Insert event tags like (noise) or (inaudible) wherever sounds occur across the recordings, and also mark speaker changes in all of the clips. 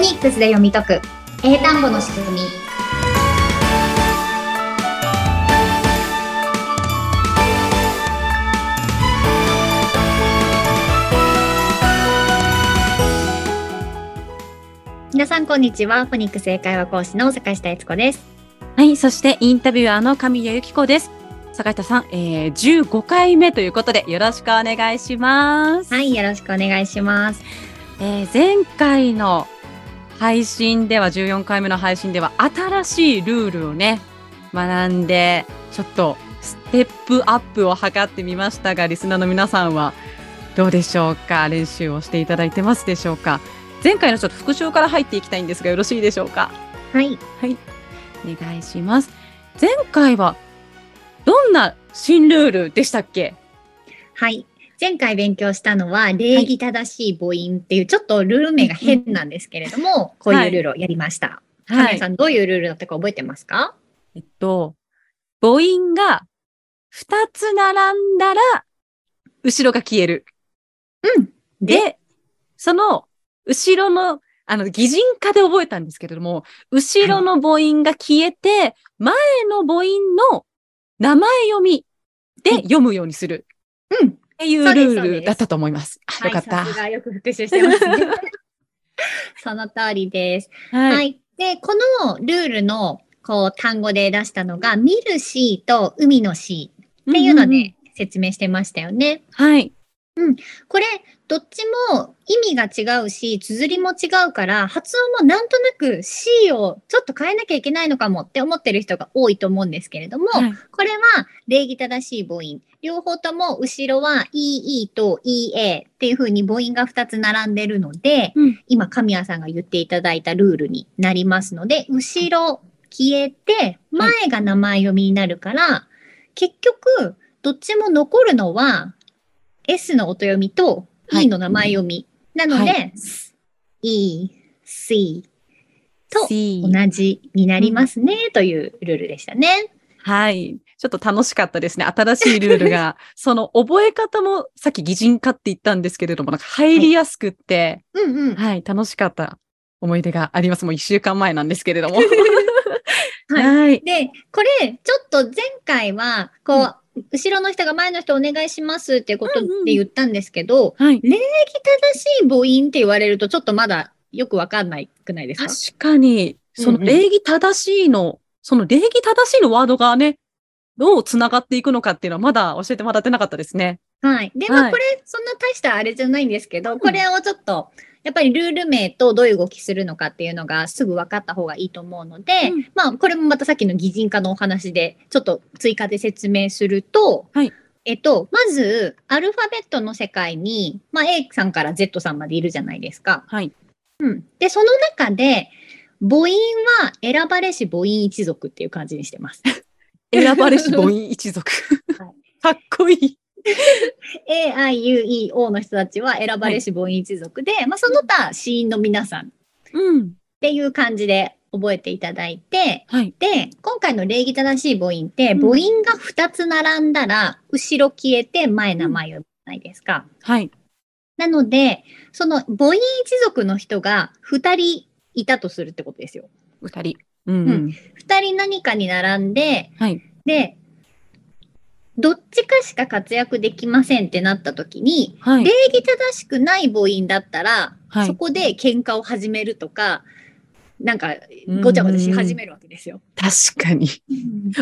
Speaker 1: ニックスで読み解く英単語の仕組み皆さんこんにちはフォニックス英会話講師の坂下悦子です
Speaker 2: はい、そしてインタビュアーの神谷由紀子です。坂下さん、えー、15回目ということでよろしくお願いします。
Speaker 1: はいよろしくお願いします
Speaker 2: えー前回の配信では14回目の配信では新しいルールをね学んでちょっとステップアップを図ってみましたがリスナーの皆さんはどうでしょうか練習をしていただいてますでしょうか前回のちょっと復習から入っていきたいんですがよろしいでしょうか
Speaker 1: はい
Speaker 2: お願いします前回はどんな新ルールでしたっけ
Speaker 1: はい前回勉強したのは礼儀正しい母音っていうちょっとルール名が変なんですけれども、こういうルールをやりました、神谷さんどういうルールだったか覚えてますか
Speaker 2: えっと、母音が2つ並んだら、後ろが消える。
Speaker 1: うん。
Speaker 2: で、その、後ろの、あの、擬人化で覚えたんですけれども、後ろの母音が消えて、前の母音の名前読みで
Speaker 1: はい
Speaker 2: 読むようにする
Speaker 1: うん。
Speaker 2: っていう
Speaker 1: そう
Speaker 2: ル
Speaker 1: です
Speaker 2: ー
Speaker 1: そうで
Speaker 2: ル
Speaker 1: す
Speaker 2: だったと思います。あよか
Speaker 1: は
Speaker 2: った
Speaker 1: い、さ。すがよく復習してますね。 (laughs) その通りです。はい。
Speaker 2: はい。
Speaker 1: で、このルールのこう単語で出したのが、見るしと海のしっていうの
Speaker 2: んんん
Speaker 1: で説明してましたよね。
Speaker 2: はい。
Speaker 1: これ、どっちも意味が違うし、綴りも違うから、発音もなんとなく C をちょっと変えなきゃいけないのかもって思ってる人が多いと思うんですけれども、
Speaker 2: はい
Speaker 1: これは礼儀正しい母音。両方とも後ろは EE と EA っていう風に母音が2つ並んでるので、
Speaker 2: うん
Speaker 1: 今神谷さんが言っていただいたルールになりますので、後ろ消えて、前が名前読みになるから、結局、どっちも残るのは S の音読みと
Speaker 2: はい
Speaker 1: E の名前読み。なので、
Speaker 2: は
Speaker 1: E、C と
Speaker 2: C
Speaker 1: 同じになりますねというルールでしたね。
Speaker 2: はい。ちょっと楽しかったですね。新しいルール
Speaker 1: (laughs)
Speaker 2: が、その覚え方も、さっき擬人化って言ったんですけれども、なんか入りやすくって、
Speaker 1: うんうん。
Speaker 2: はい、楽しかった思い出があります。もう一週間前なんですけれ
Speaker 1: (laughs)
Speaker 2: ども。
Speaker 1: は
Speaker 2: はい。
Speaker 1: で、これ、ちょっと前回は、こう、後ろの人が前の人お願いしますっていうこと
Speaker 2: うんうん
Speaker 1: で言ったんですけど、
Speaker 2: はい。
Speaker 1: 正義正しい母音って言われると、ちょっとまだよくわかんないくないですか
Speaker 2: 確かに、その
Speaker 1: うんうん
Speaker 2: 礼儀正しいの、その礼儀正しいのワードがね、どう繋がっていくのかっていうのはまだ教えてもらってなかったですね。
Speaker 1: はい。で、ま
Speaker 2: は
Speaker 1: あ、
Speaker 2: い
Speaker 1: これ、そんな大したあれじゃないんですけど、これをちょっと、やっぱりルール名とどういう動きするのかっていうのがすぐ分かった方がいいと思うので、
Speaker 2: うん
Speaker 1: まあ、これもまたさっきの擬人化のお話で、ちょっと追加で説明すると、
Speaker 2: はい
Speaker 1: えっと、まず、アルファベットの世界に、まあ、A さんから Z さんまでいるじゃないですか。
Speaker 2: はい。
Speaker 1: うん。で、その中で、母音は選ばれし母音一族っていう感じにしてます。
Speaker 2: 選ば
Speaker 1: (laughs)
Speaker 2: れし母音一族。
Speaker 1: はい
Speaker 2: (laughs) かっこいい。
Speaker 1: AIUEO の人たちは選ばれし母音一族で、まあ、その他死因の皆さんっ
Speaker 2: うん。
Speaker 1: ていう感じで覚えていただいて
Speaker 2: はい。
Speaker 1: で今回の礼儀正しい母音って、
Speaker 2: うん
Speaker 1: 母音が2つ並んだら後ろ消えて前名前呼ぶじゃないですか。
Speaker 2: はい。
Speaker 1: なのでその母音一族の人が2人いたとするってことですよ。
Speaker 2: 二人。うん。
Speaker 1: うん2人何かに並んで
Speaker 2: はい。
Speaker 1: でどっちかしか活躍できませんってなった時に
Speaker 2: はい。
Speaker 1: 礼儀正しくない母音だったら、
Speaker 2: はい
Speaker 1: そこで喧嘩を始めるとか、なんかごちゃごちゃし始めるわけですよ。
Speaker 2: 確かに。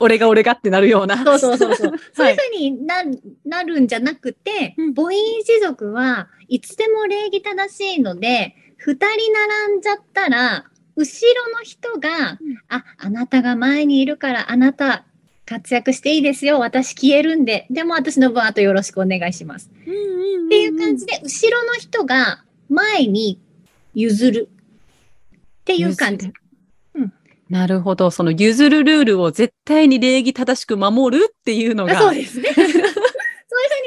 Speaker 2: 俺が俺がってなるような。
Speaker 1: そうそうそう
Speaker 2: (laughs)
Speaker 1: そう。そう
Speaker 2: はいいう
Speaker 1: ふうにななるんじゃなくて、
Speaker 2: うん
Speaker 1: 母音一族はいつでも礼儀正しいので、二人並んじゃったら、後ろの人が、
Speaker 2: うん
Speaker 1: あ、あなたが前にいるから、あなた活躍していいですよ。私消えるんで。でも私の分あとよろしくお願いします。
Speaker 2: うんうんうんうん
Speaker 1: っていう感じで、後ろの人が前に譲るっていう感じ。うん
Speaker 2: なるほど。その譲るルールを絶対に礼儀正しく守るっていうの
Speaker 1: あ
Speaker 2: が。
Speaker 1: そうですね。そう (laughs) いうふうに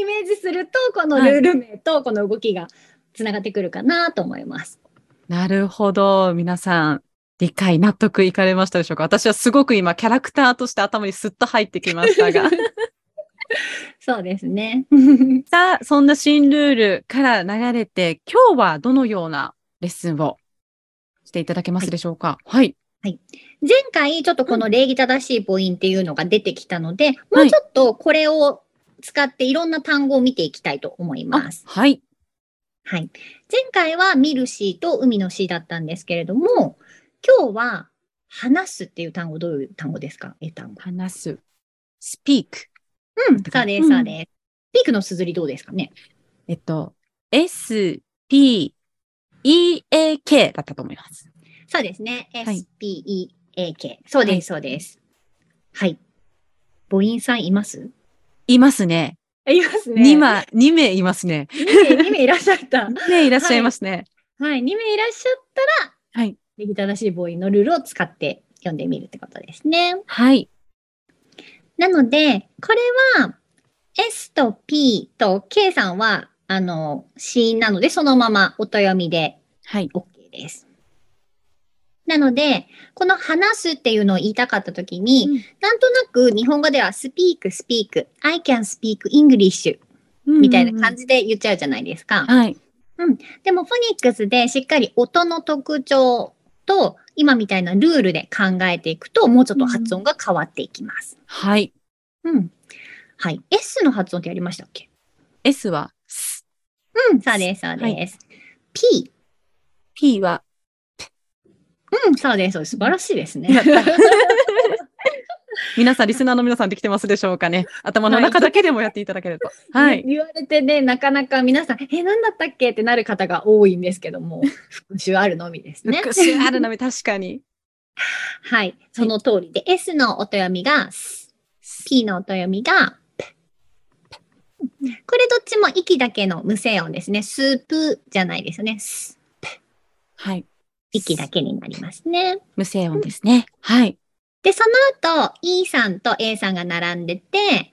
Speaker 1: イメージすると、このルール名とこの動きがつながってくるかなと思います。
Speaker 2: なるほど。皆さん、理解、納得いかれましたでしょうか私はすごく今、キャラクターとして頭にスッと入ってきましたが。
Speaker 1: そうです
Speaker 2: (laughs)
Speaker 1: ね。
Speaker 2: さあ、そんな新ルールから流れて、今日はどのようなレッスンをしていただけますでしょうか。はい。
Speaker 1: 前回ちょっとこの礼儀正しい母音っていうのが出てきたので、もうちょっとこれを使っていろんな単語を見ていきたいと思い
Speaker 2: あ
Speaker 1: ます。
Speaker 2: はい。
Speaker 1: はい。前回は見るしと海のしだったんですけれども、今日は話すっていう単語、どういう単語ですか英単語。
Speaker 2: 話す。speak。
Speaker 1: うん、そうです、
Speaker 2: うん
Speaker 1: そうです。ピークの綴りどうですかね
Speaker 2: えっと、s, p, e, a, k だったと思います。
Speaker 1: そうですね。
Speaker 2: はい
Speaker 1: SPEAK。そうです、そうです。はい。母音さんいます
Speaker 2: いますね。
Speaker 1: います
Speaker 2: 二名、二名いますね。
Speaker 1: 2名、2名いらっ (laughs) しゃった。
Speaker 2: ね、いらっしゃいますね。
Speaker 1: はい、2名いらっしゃったら、
Speaker 2: はい。
Speaker 1: 礼儀正しい母音のルールを使って読んでみるってことですね。
Speaker 2: はい。
Speaker 1: なので、これは、S と P と K さんは、あの、子音なので、そのまま音読みで
Speaker 2: はい。
Speaker 1: OK です。なので、この話すっていうのを言いたかったときに、
Speaker 2: うん
Speaker 1: なんとなく日本語では speak, speak, I can speak English みたいな感
Speaker 2: じ。
Speaker 1: じで言っちゃうじゃないですか。
Speaker 2: はい。
Speaker 1: でもフォニックスでしっかり音の特徴と今みたいなルールで考えていくともうちょっと発音が変わっていきます。
Speaker 2: はい。
Speaker 1: うん。はい。S の発音ってやりましたっけ
Speaker 2: s は s,
Speaker 1: うん、そうです、そうです。P。
Speaker 2: p は
Speaker 1: うん、そうです、そうです。素晴らしいですね。 (laughs)
Speaker 2: 皆さん、リスナーの皆さんできてますでしょうかね。頭の中だけでもやっていただけると。はい。
Speaker 1: 言われてね、なかなか皆さん、え、なんだったっけってなる方が多いんですけど (laughs) も、復習あるのみですね。
Speaker 2: 復習あるのみ、確かに。
Speaker 1: はい、その通りで、S の音読みが S、P の音読みが P。これどっちも息だけの無声音ですね。スープじゃないですね。ス
Speaker 2: はい。
Speaker 1: 息だけになりますね。
Speaker 2: 無声音ですね。はい。
Speaker 1: で、その後、E さんと A さんが並んでて、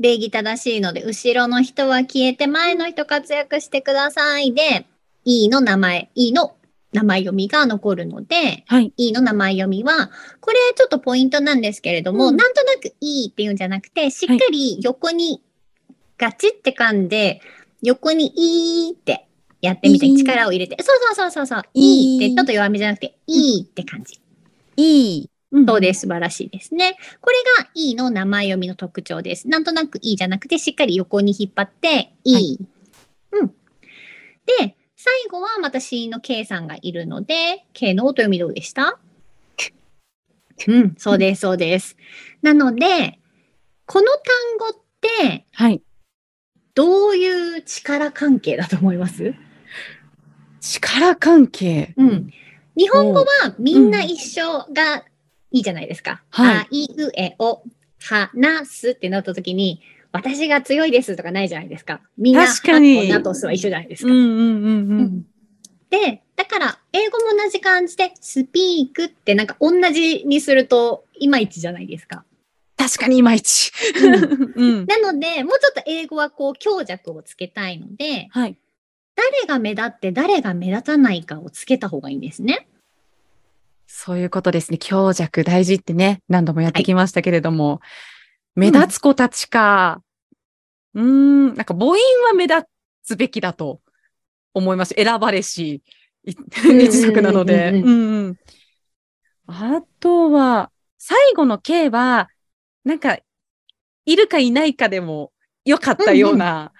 Speaker 1: 礼儀正しいので、後ろの人は消えて、前の人活躍してくださいで、E の名前、E の名前読みが残るので、
Speaker 2: はい。
Speaker 1: E の名前読みは、これちょっとポイントなんですけれども、
Speaker 2: うん
Speaker 1: なんとなく E っていうんじゃなくて、しっかり横にガチって噛んで、横に E ってやってみて、
Speaker 2: いい
Speaker 1: 力を入れて、そうそうそうそうそう、
Speaker 2: いい
Speaker 1: E ってちょっと弱めじゃなくて、E って感じ。
Speaker 2: e。。
Speaker 1: そうですす。素晴らしいですね。これが E の名前読みの特徴です。なんとなく E じゃなくて、しっかり横に引っ張って
Speaker 2: は
Speaker 1: E。うん。で、最後はまた C の K さんがいるので、K の音読みどうでしたうん、そうです、そうです。なので、この単語って、
Speaker 2: はい。
Speaker 1: どういう力関係だと思います
Speaker 2: 力関係。
Speaker 1: うん。日本語はみんな一緒がいいじゃないですか。
Speaker 2: うんはい
Speaker 1: あいうえを話すってなった時に、私が強いですとかないじゃないですか。みんな、
Speaker 2: 確かに
Speaker 1: はとなとすは一緒じゃないです
Speaker 2: うん
Speaker 1: か。
Speaker 2: うんうんう
Speaker 1: うんん。で、だから、英語も同じ感じで、スピークってなんか同じにすると、いまいちじゃないですか。
Speaker 2: 確かにいまいち。 (laughs) うん。
Speaker 1: なので、もうちょっと英語はこう強弱をつけたいので、
Speaker 2: はい。
Speaker 1: 誰が目立って誰が目立たないかをつけた方がいいんですね。
Speaker 2: そういうことですね。強弱大事ってね、何度もやってきましたけれども、目立つ子たちか。うーん、なんか母音は目立つべきだと思います。選ばれし、い
Speaker 1: ん
Speaker 2: 一族なので。
Speaker 1: うん
Speaker 2: うんうんあとは、最後の K は、なんか、いるかいないかでも良かったような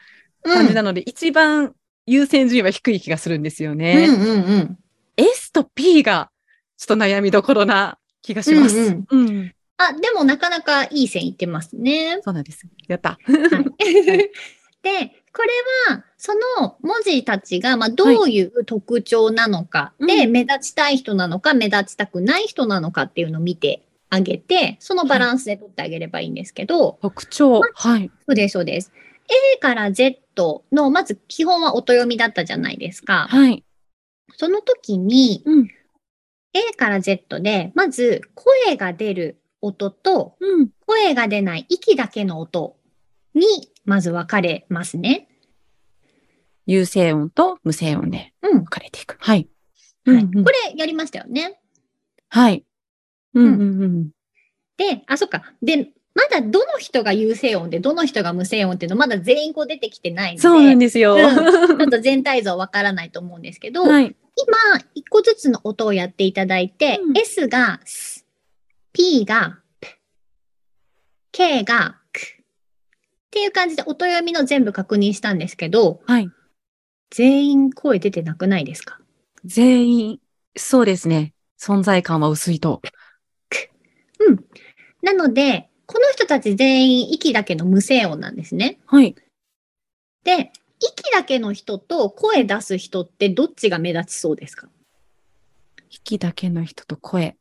Speaker 1: うん
Speaker 2: 感じなので、一番優先順位は低い気がするんですよね。
Speaker 1: うんうんうん。
Speaker 2: S と P がちょっと悩みどころな気がします。
Speaker 1: うん
Speaker 2: うん
Speaker 1: あ、でもなかなかいい線いってますね。
Speaker 2: そうなんです。やった。 (laughs)
Speaker 1: で、これは、その文字たちが、まあ、どういう特徴なのか、
Speaker 2: はい
Speaker 1: で、
Speaker 2: うん
Speaker 1: 目立ちたい人なのか、目立ちたくない人なのかっていうのを見てあげて、そのバランスで取ってあげればいいんですけど、
Speaker 2: 特徴。はい。
Speaker 1: そうです、そうです。A から Z の、まず基本は音読みだったじゃないですか。
Speaker 2: はい。
Speaker 1: その時に、
Speaker 2: うん
Speaker 1: A から Z で、まず声が出る音と、
Speaker 2: うん。
Speaker 1: 声が出ない息だけの音にまず分かれますね。
Speaker 2: 有声音と無声音で
Speaker 1: うん
Speaker 2: 分。かれていく。はい。
Speaker 1: はい
Speaker 2: うんうん
Speaker 1: これやりましたよね。
Speaker 2: はい。うんうんうん。
Speaker 1: で、あ、そっか。で、まだどの人が有声音で、どの人が無声音っていうのまだ全員こう出てきてないので、
Speaker 2: そうなんですよ。
Speaker 1: うんちょっと全体像わからないと思うんですけど、
Speaker 2: はい。
Speaker 1: 今、一個ずつの音をやっていただいて、
Speaker 2: うん
Speaker 1: S が S、P が P、K が K っていう感じで音読みの全部確認したんですけど、
Speaker 2: はい。
Speaker 1: 全員声出てなくないですか
Speaker 2: 全員、そうですね。存在感は薄いと。
Speaker 1: なので、この人たち全員息だけの無声音なんですね。
Speaker 2: はい。
Speaker 1: で、息だけの人と声出す人ってどっちが目立ちそうですか
Speaker 2: 息だけの人と声。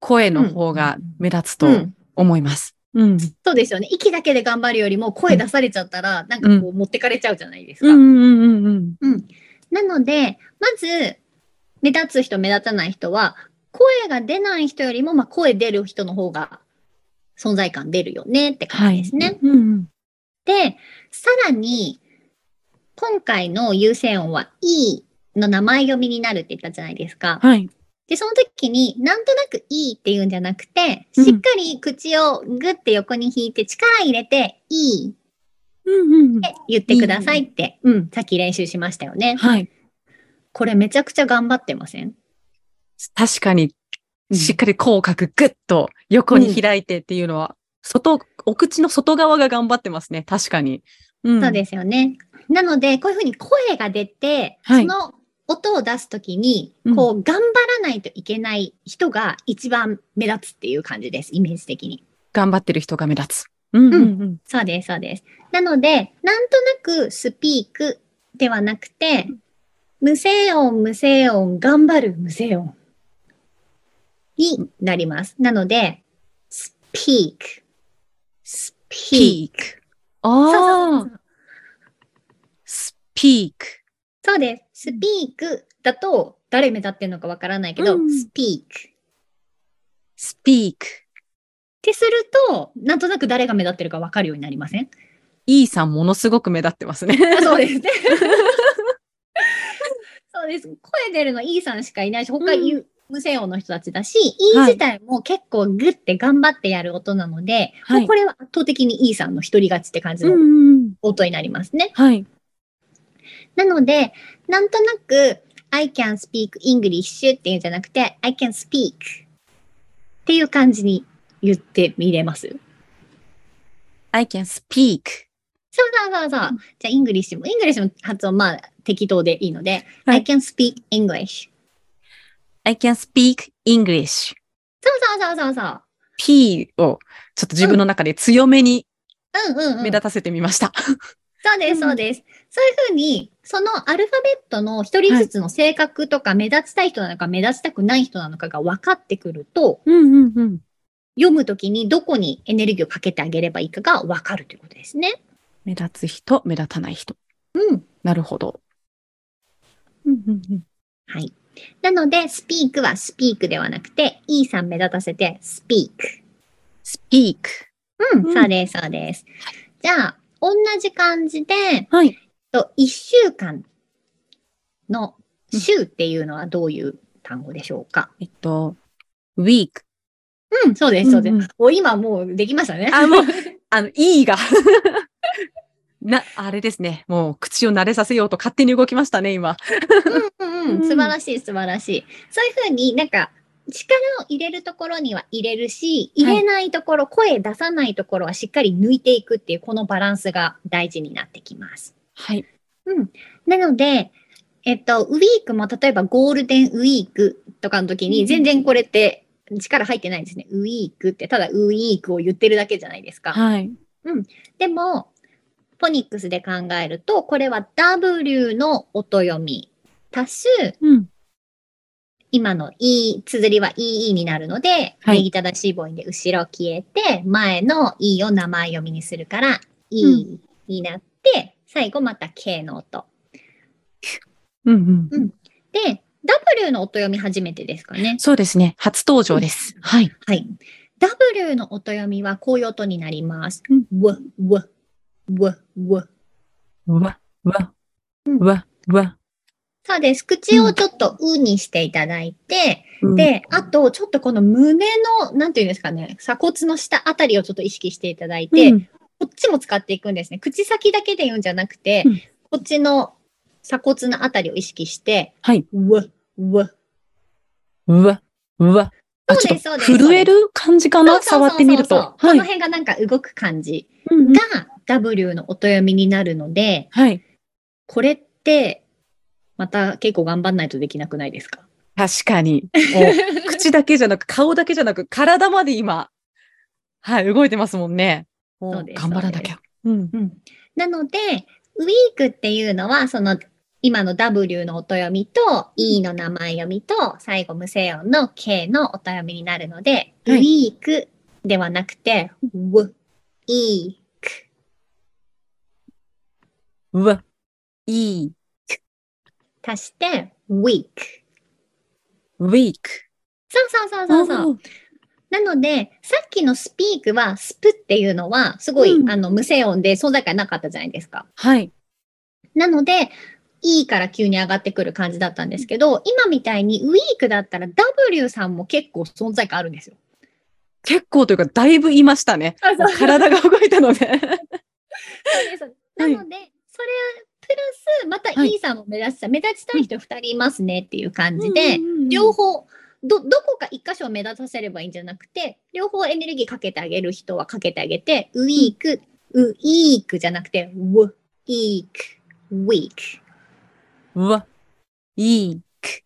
Speaker 2: 声の方が目立つと
Speaker 1: うん
Speaker 2: 思います。うん。
Speaker 1: そうですよね。息だけで頑張るよりも声出されちゃったら、なんかこう持ってかれちゃうじゃないですか。
Speaker 2: うんうんうん。
Speaker 1: うんなので、まず、目立つ人、目立たない人は、声が出ない人よりも、まあ、声出る人の方が存在感出るよねって
Speaker 2: は
Speaker 1: 感じ
Speaker 2: い。
Speaker 1: ですね。
Speaker 2: うんうん。
Speaker 1: で、さらに、今回の優先音は E の名前読みになるって言ったじゃないですか。
Speaker 2: はい。
Speaker 1: で、その時に、なんとなく E って言うんじゃなくて、
Speaker 2: うん
Speaker 1: しっかり口をグッて横に引いて力入れて E
Speaker 2: うんうんうん
Speaker 1: って言ってくださいって、うん、さっき練習しましたよね。
Speaker 2: はい。
Speaker 1: これめちゃくちゃ頑張ってません
Speaker 2: 確かに、
Speaker 1: うん
Speaker 2: しっかり口角ぐっと横に開いてっていうのは、外、お口の外側が頑張ってますね。確かに。うん。
Speaker 1: そうですよね。なので、こういうふうに声が出て、
Speaker 2: はい
Speaker 1: その音を出すときに、こう、頑張らないといけない人が一番目立つっていう感じです、イメージ的に。
Speaker 2: 頑張ってる人が目立つ。うんうんうん。
Speaker 1: そうです、そうです。なので、なんとなくスピークではなくて、無声音、無声音、頑張る、無声音になります。なので、スピーク、スピ
Speaker 2: ピ
Speaker 1: ーク。そうそう
Speaker 2: あ
Speaker 1: そう
Speaker 2: あ、スピーク。
Speaker 1: そうです。スピークだと誰目立ってるのかわからないけど、
Speaker 2: うん
Speaker 1: スピーク。っ
Speaker 2: スピーク。
Speaker 1: てすると、なんとなく誰が目立ってるかわかるようになりません
Speaker 2: E さんものすごく目立ってます (laughs) ね。
Speaker 1: あそうですね。そうです。声出るの E さんしかいないし、他、
Speaker 2: うん
Speaker 1: 有無声音の人たちだし、E
Speaker 2: はい
Speaker 1: 自体も結構グッて頑張ってやる音なので、
Speaker 2: はい
Speaker 1: もうこれは圧倒的に E さんの一人勝ちって感じ
Speaker 2: うん
Speaker 1: の
Speaker 2: うんうん。
Speaker 1: 音になりますね。
Speaker 2: はい。
Speaker 1: なので、なんとなく、I can speak English っていうんじゃなくて、I can speak っていう感じに言ってみれます。
Speaker 2: I can speak.
Speaker 1: そうそうそうそう。じゃあ、イングリッシュも、イングリッシュも発音まあ適当でいいので、
Speaker 2: はい
Speaker 1: I can speak English。
Speaker 2: I can speak English.
Speaker 1: そうそうそうそうそう。
Speaker 2: P をちょっと自分の中で強めに
Speaker 1: うんうん、うん。
Speaker 2: 目立たせてみました。
Speaker 1: そうです、そうです。そういうふうに、そのアルファベットの一人ずつの性格とか、目立ちたい人なのか、目立ちたくない人なのかが分かってくると、
Speaker 2: うんうんうん。
Speaker 1: 読むときにどこにエネルギーをかけてあげればいいかが分かるということですね。
Speaker 2: 目立つ人、目立たない人。
Speaker 1: うん。
Speaker 2: なるほど。うんうんうん。
Speaker 1: はい。なので、スピークはスピークではなくて、E さん目立たせて、スピーク。
Speaker 2: speak.
Speaker 1: うん、
Speaker 2: うん
Speaker 1: そうです、そうです。じゃあ、同じ感じで、
Speaker 2: はい。
Speaker 1: と1週間の週っていうのはどういう単語でしょうか。
Speaker 2: えっと、week.
Speaker 1: うん、そうです、そうです。
Speaker 2: うんうん
Speaker 1: お今もうできましたね。
Speaker 2: (laughs) あ、もう、あの、E が。 (laughs) な、あれですね。もう、口を慣れさせようと勝手に動きましたね、今。
Speaker 1: うんう、
Speaker 2: うんん
Speaker 1: 素晴らしい、素晴らしい。そういうふうになんか、力を入れるところには入れるし、入れないところ、声出さないところはしっかり抜いていくっていう、このバランスが大事になってきます。
Speaker 2: はい。
Speaker 1: なので、えっと、ウィークも例えばゴールデンウィークとかの時
Speaker 2: う
Speaker 1: に
Speaker 2: ん
Speaker 1: 全然これって力入ってないんですね。ウィークってただウィークを言ってるだけじゃないですか。
Speaker 2: はい。
Speaker 1: でも、ポニックスで考えると、これは W の音読み。足す、
Speaker 2: うん。
Speaker 1: 今の E、綴りは EE になるので、
Speaker 2: はい
Speaker 1: 右正しい母音で後ろ消えて、前の E を名前読みにするから、E になって、最後また K の音。
Speaker 2: うんうん。
Speaker 1: で、W の音読み初めてですかね。
Speaker 2: そうですね。初登場です。はい。
Speaker 1: はい。W の音読みはこういう音になります。
Speaker 2: うん
Speaker 1: わ、わ、わ、わ。
Speaker 2: わ、わ
Speaker 1: うん、
Speaker 2: わ、わ。
Speaker 1: そうです。口をちょっとうにしていただいて、
Speaker 2: うん、
Speaker 1: で、あと、ちょっとこの胸の、なんていうんですかね、鎖骨の下あたりをちょっと意識していただいて、
Speaker 2: うん
Speaker 1: こっちも使っていくんですね。口先だけで言うんじゃなくて、
Speaker 2: うん
Speaker 1: こっちの鎖骨のあたりを意識して、
Speaker 2: はい。
Speaker 1: わ、うわ。
Speaker 2: うわ、うわ。あ、
Speaker 1: そう
Speaker 2: ちょ
Speaker 1: で
Speaker 2: っ
Speaker 1: す
Speaker 2: と
Speaker 1: そうです
Speaker 2: 震える感じか
Speaker 1: そ
Speaker 2: な
Speaker 1: うそうそうそう
Speaker 2: 触ってみると。
Speaker 1: この
Speaker 2: はい。
Speaker 1: 辺がなんか動く感じ
Speaker 2: うんうん
Speaker 1: が W の音読みになるので、
Speaker 2: はい。
Speaker 1: これって、また結構頑張んないとできなくないですか
Speaker 2: 確かに。
Speaker 1: (laughs)
Speaker 2: もう口だけじゃなく、顔だけじゃなく、体まで今、はい、動いてますもんね。もう
Speaker 1: そうです
Speaker 2: 頑張らなきゃ。うん。
Speaker 1: うんなので、ウィークっていうのは、その、今の W の音読みと E の名前読みと最後無声音の K の音読みになるので、ウ
Speaker 2: はい
Speaker 1: ィークではなくて、ウ、イーク、
Speaker 2: うわ、いい、
Speaker 1: 足して、ウィーク。
Speaker 2: ウィーク。
Speaker 1: そうそうそうそうそう。なので、さっきのスピークは、スプっていうのは、すごい、
Speaker 2: うん
Speaker 1: あの、無声音で存在感なかったじゃないですか。
Speaker 2: はい。
Speaker 1: なので、E から急に上がってくる感じだったんですけど、今みたいにウィークだったら W さんも結構存在感あるんですよ。
Speaker 2: 結構というか、だいぶいましたね。 (laughs) もう体が動いたので。
Speaker 1: なので、それプラス、また
Speaker 2: はい
Speaker 1: E さんも目立ちたい、目立ちたい人2人いますねっていう感じで、
Speaker 2: うんうんうん
Speaker 1: 両方、ど、どこか1箇所を目立たせればいいんじゃなくて、両方エネルギーかけてあげる人はかけてあげて、ウィーク、ウィークじゃなくて、ウィーク、ウィーク。
Speaker 2: うわ、いい、く、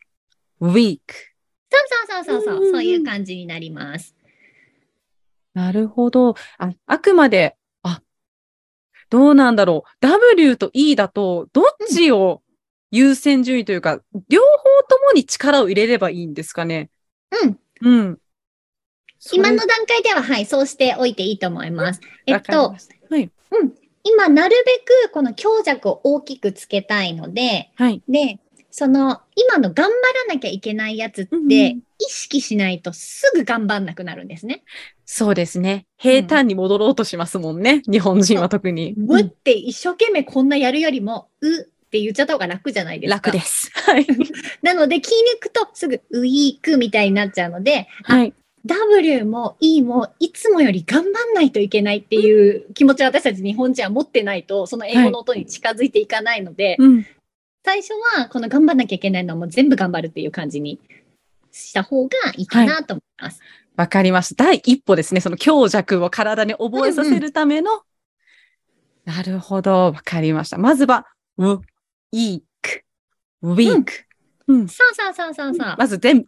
Speaker 2: ウィーク。
Speaker 1: そうそうそうそう
Speaker 2: うん
Speaker 1: そ
Speaker 2: うん
Speaker 1: うう、
Speaker 2: ん
Speaker 1: そういう感じになります。
Speaker 2: なるほど。あ、あくまで、あ、どうなんだろう。W と E だと、どっちを優先順位というか、両方ともに力を入れればいいんですかね。
Speaker 1: うん。
Speaker 2: うん。
Speaker 1: 今の
Speaker 2: そ
Speaker 1: 段階では、はい、そうしておいていいと思います。
Speaker 2: れ
Speaker 1: えっと、、
Speaker 2: はい。
Speaker 1: 今、なるべくこの強弱を大きくつけたいので、
Speaker 2: はい。
Speaker 1: で、その、今の頑張らなきゃいけないやつっ
Speaker 2: うんうん
Speaker 1: て、意識しないとすぐ頑張んなくなるんですね。
Speaker 2: そうですね。平坦に戻ろうとしますもんね。日本人は特に。
Speaker 1: う
Speaker 2: う
Speaker 1: っ
Speaker 2: ん
Speaker 1: て一生懸命こんなやるよりも、うって言っちゃった方が楽じゃないですか。
Speaker 2: 楽です。はい。
Speaker 1: なので、気抜くとすぐ、ウィークみたいになっちゃうので、
Speaker 2: はい。
Speaker 1: W も E もいつもより頑張んないといけないっていう気持ちを私たち日本人は持ってないとその英語の音に近づいていかないので、
Speaker 2: うん。
Speaker 1: 最初はこの頑張んなきゃいけないのはもう全部頑張るっていう感じにした方がいいかなと思います。
Speaker 2: わかりました。第一歩ですね。その強弱を体に覚えさせるための。なるほど。わかりました。まずは、ウ、イーク、ウィーク。うん
Speaker 1: そうそうそうそうそう。
Speaker 2: まず全部、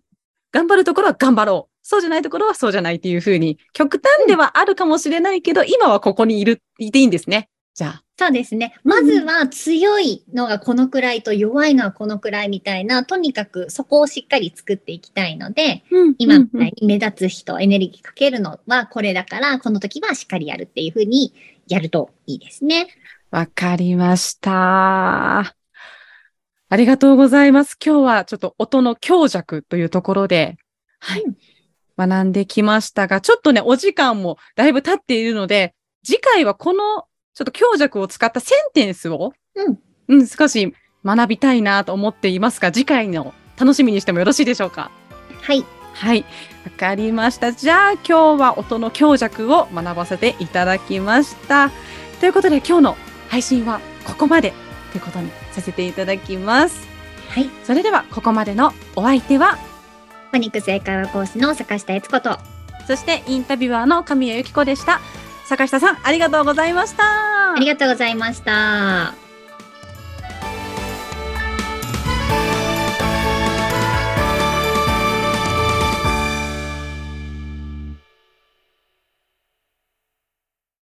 Speaker 2: 頑張るところは頑張ろう。そうじゃないところはそうじゃないっていうふうに、極端ではあるかもしれないけど、今はここにいる、いていいんですね。じゃあ。
Speaker 1: そうですね。まずは強いのがこのくらいと弱いのはこのくらいみたいな、とにかくそこをしっかり作っていきたいので、今みたいに目立つ人、エネルギーかけるのはこれだから、この時はしっかりやるっていうふうにやるといいですね。
Speaker 2: わかりました。ありがとうございます。今日はちょっと音の強弱というところで、はい
Speaker 1: うん、
Speaker 2: 学んできましたが、ちょっとね、お時間もだいぶ経っているので、次回はこのちょっと強弱を使ったセンテンスを、
Speaker 1: うん、
Speaker 2: うん、少し学びたいなと思っていますが、次回の楽しみにしてもよろしいでしょうか。
Speaker 1: はい。
Speaker 2: はい、わかりました。じゃあ今日は音の強弱を学ばせていただきました。ということで今日の配信はここまでということにさせていただきます。
Speaker 1: はい。
Speaker 2: それではここまでのお相手は、
Speaker 1: パニックス英会話講師の坂下悦子と、あ
Speaker 2: そしてインタビュアーの神谷由紀子でした。坂下さん、ありがとうございました。
Speaker 1: りがとうございました。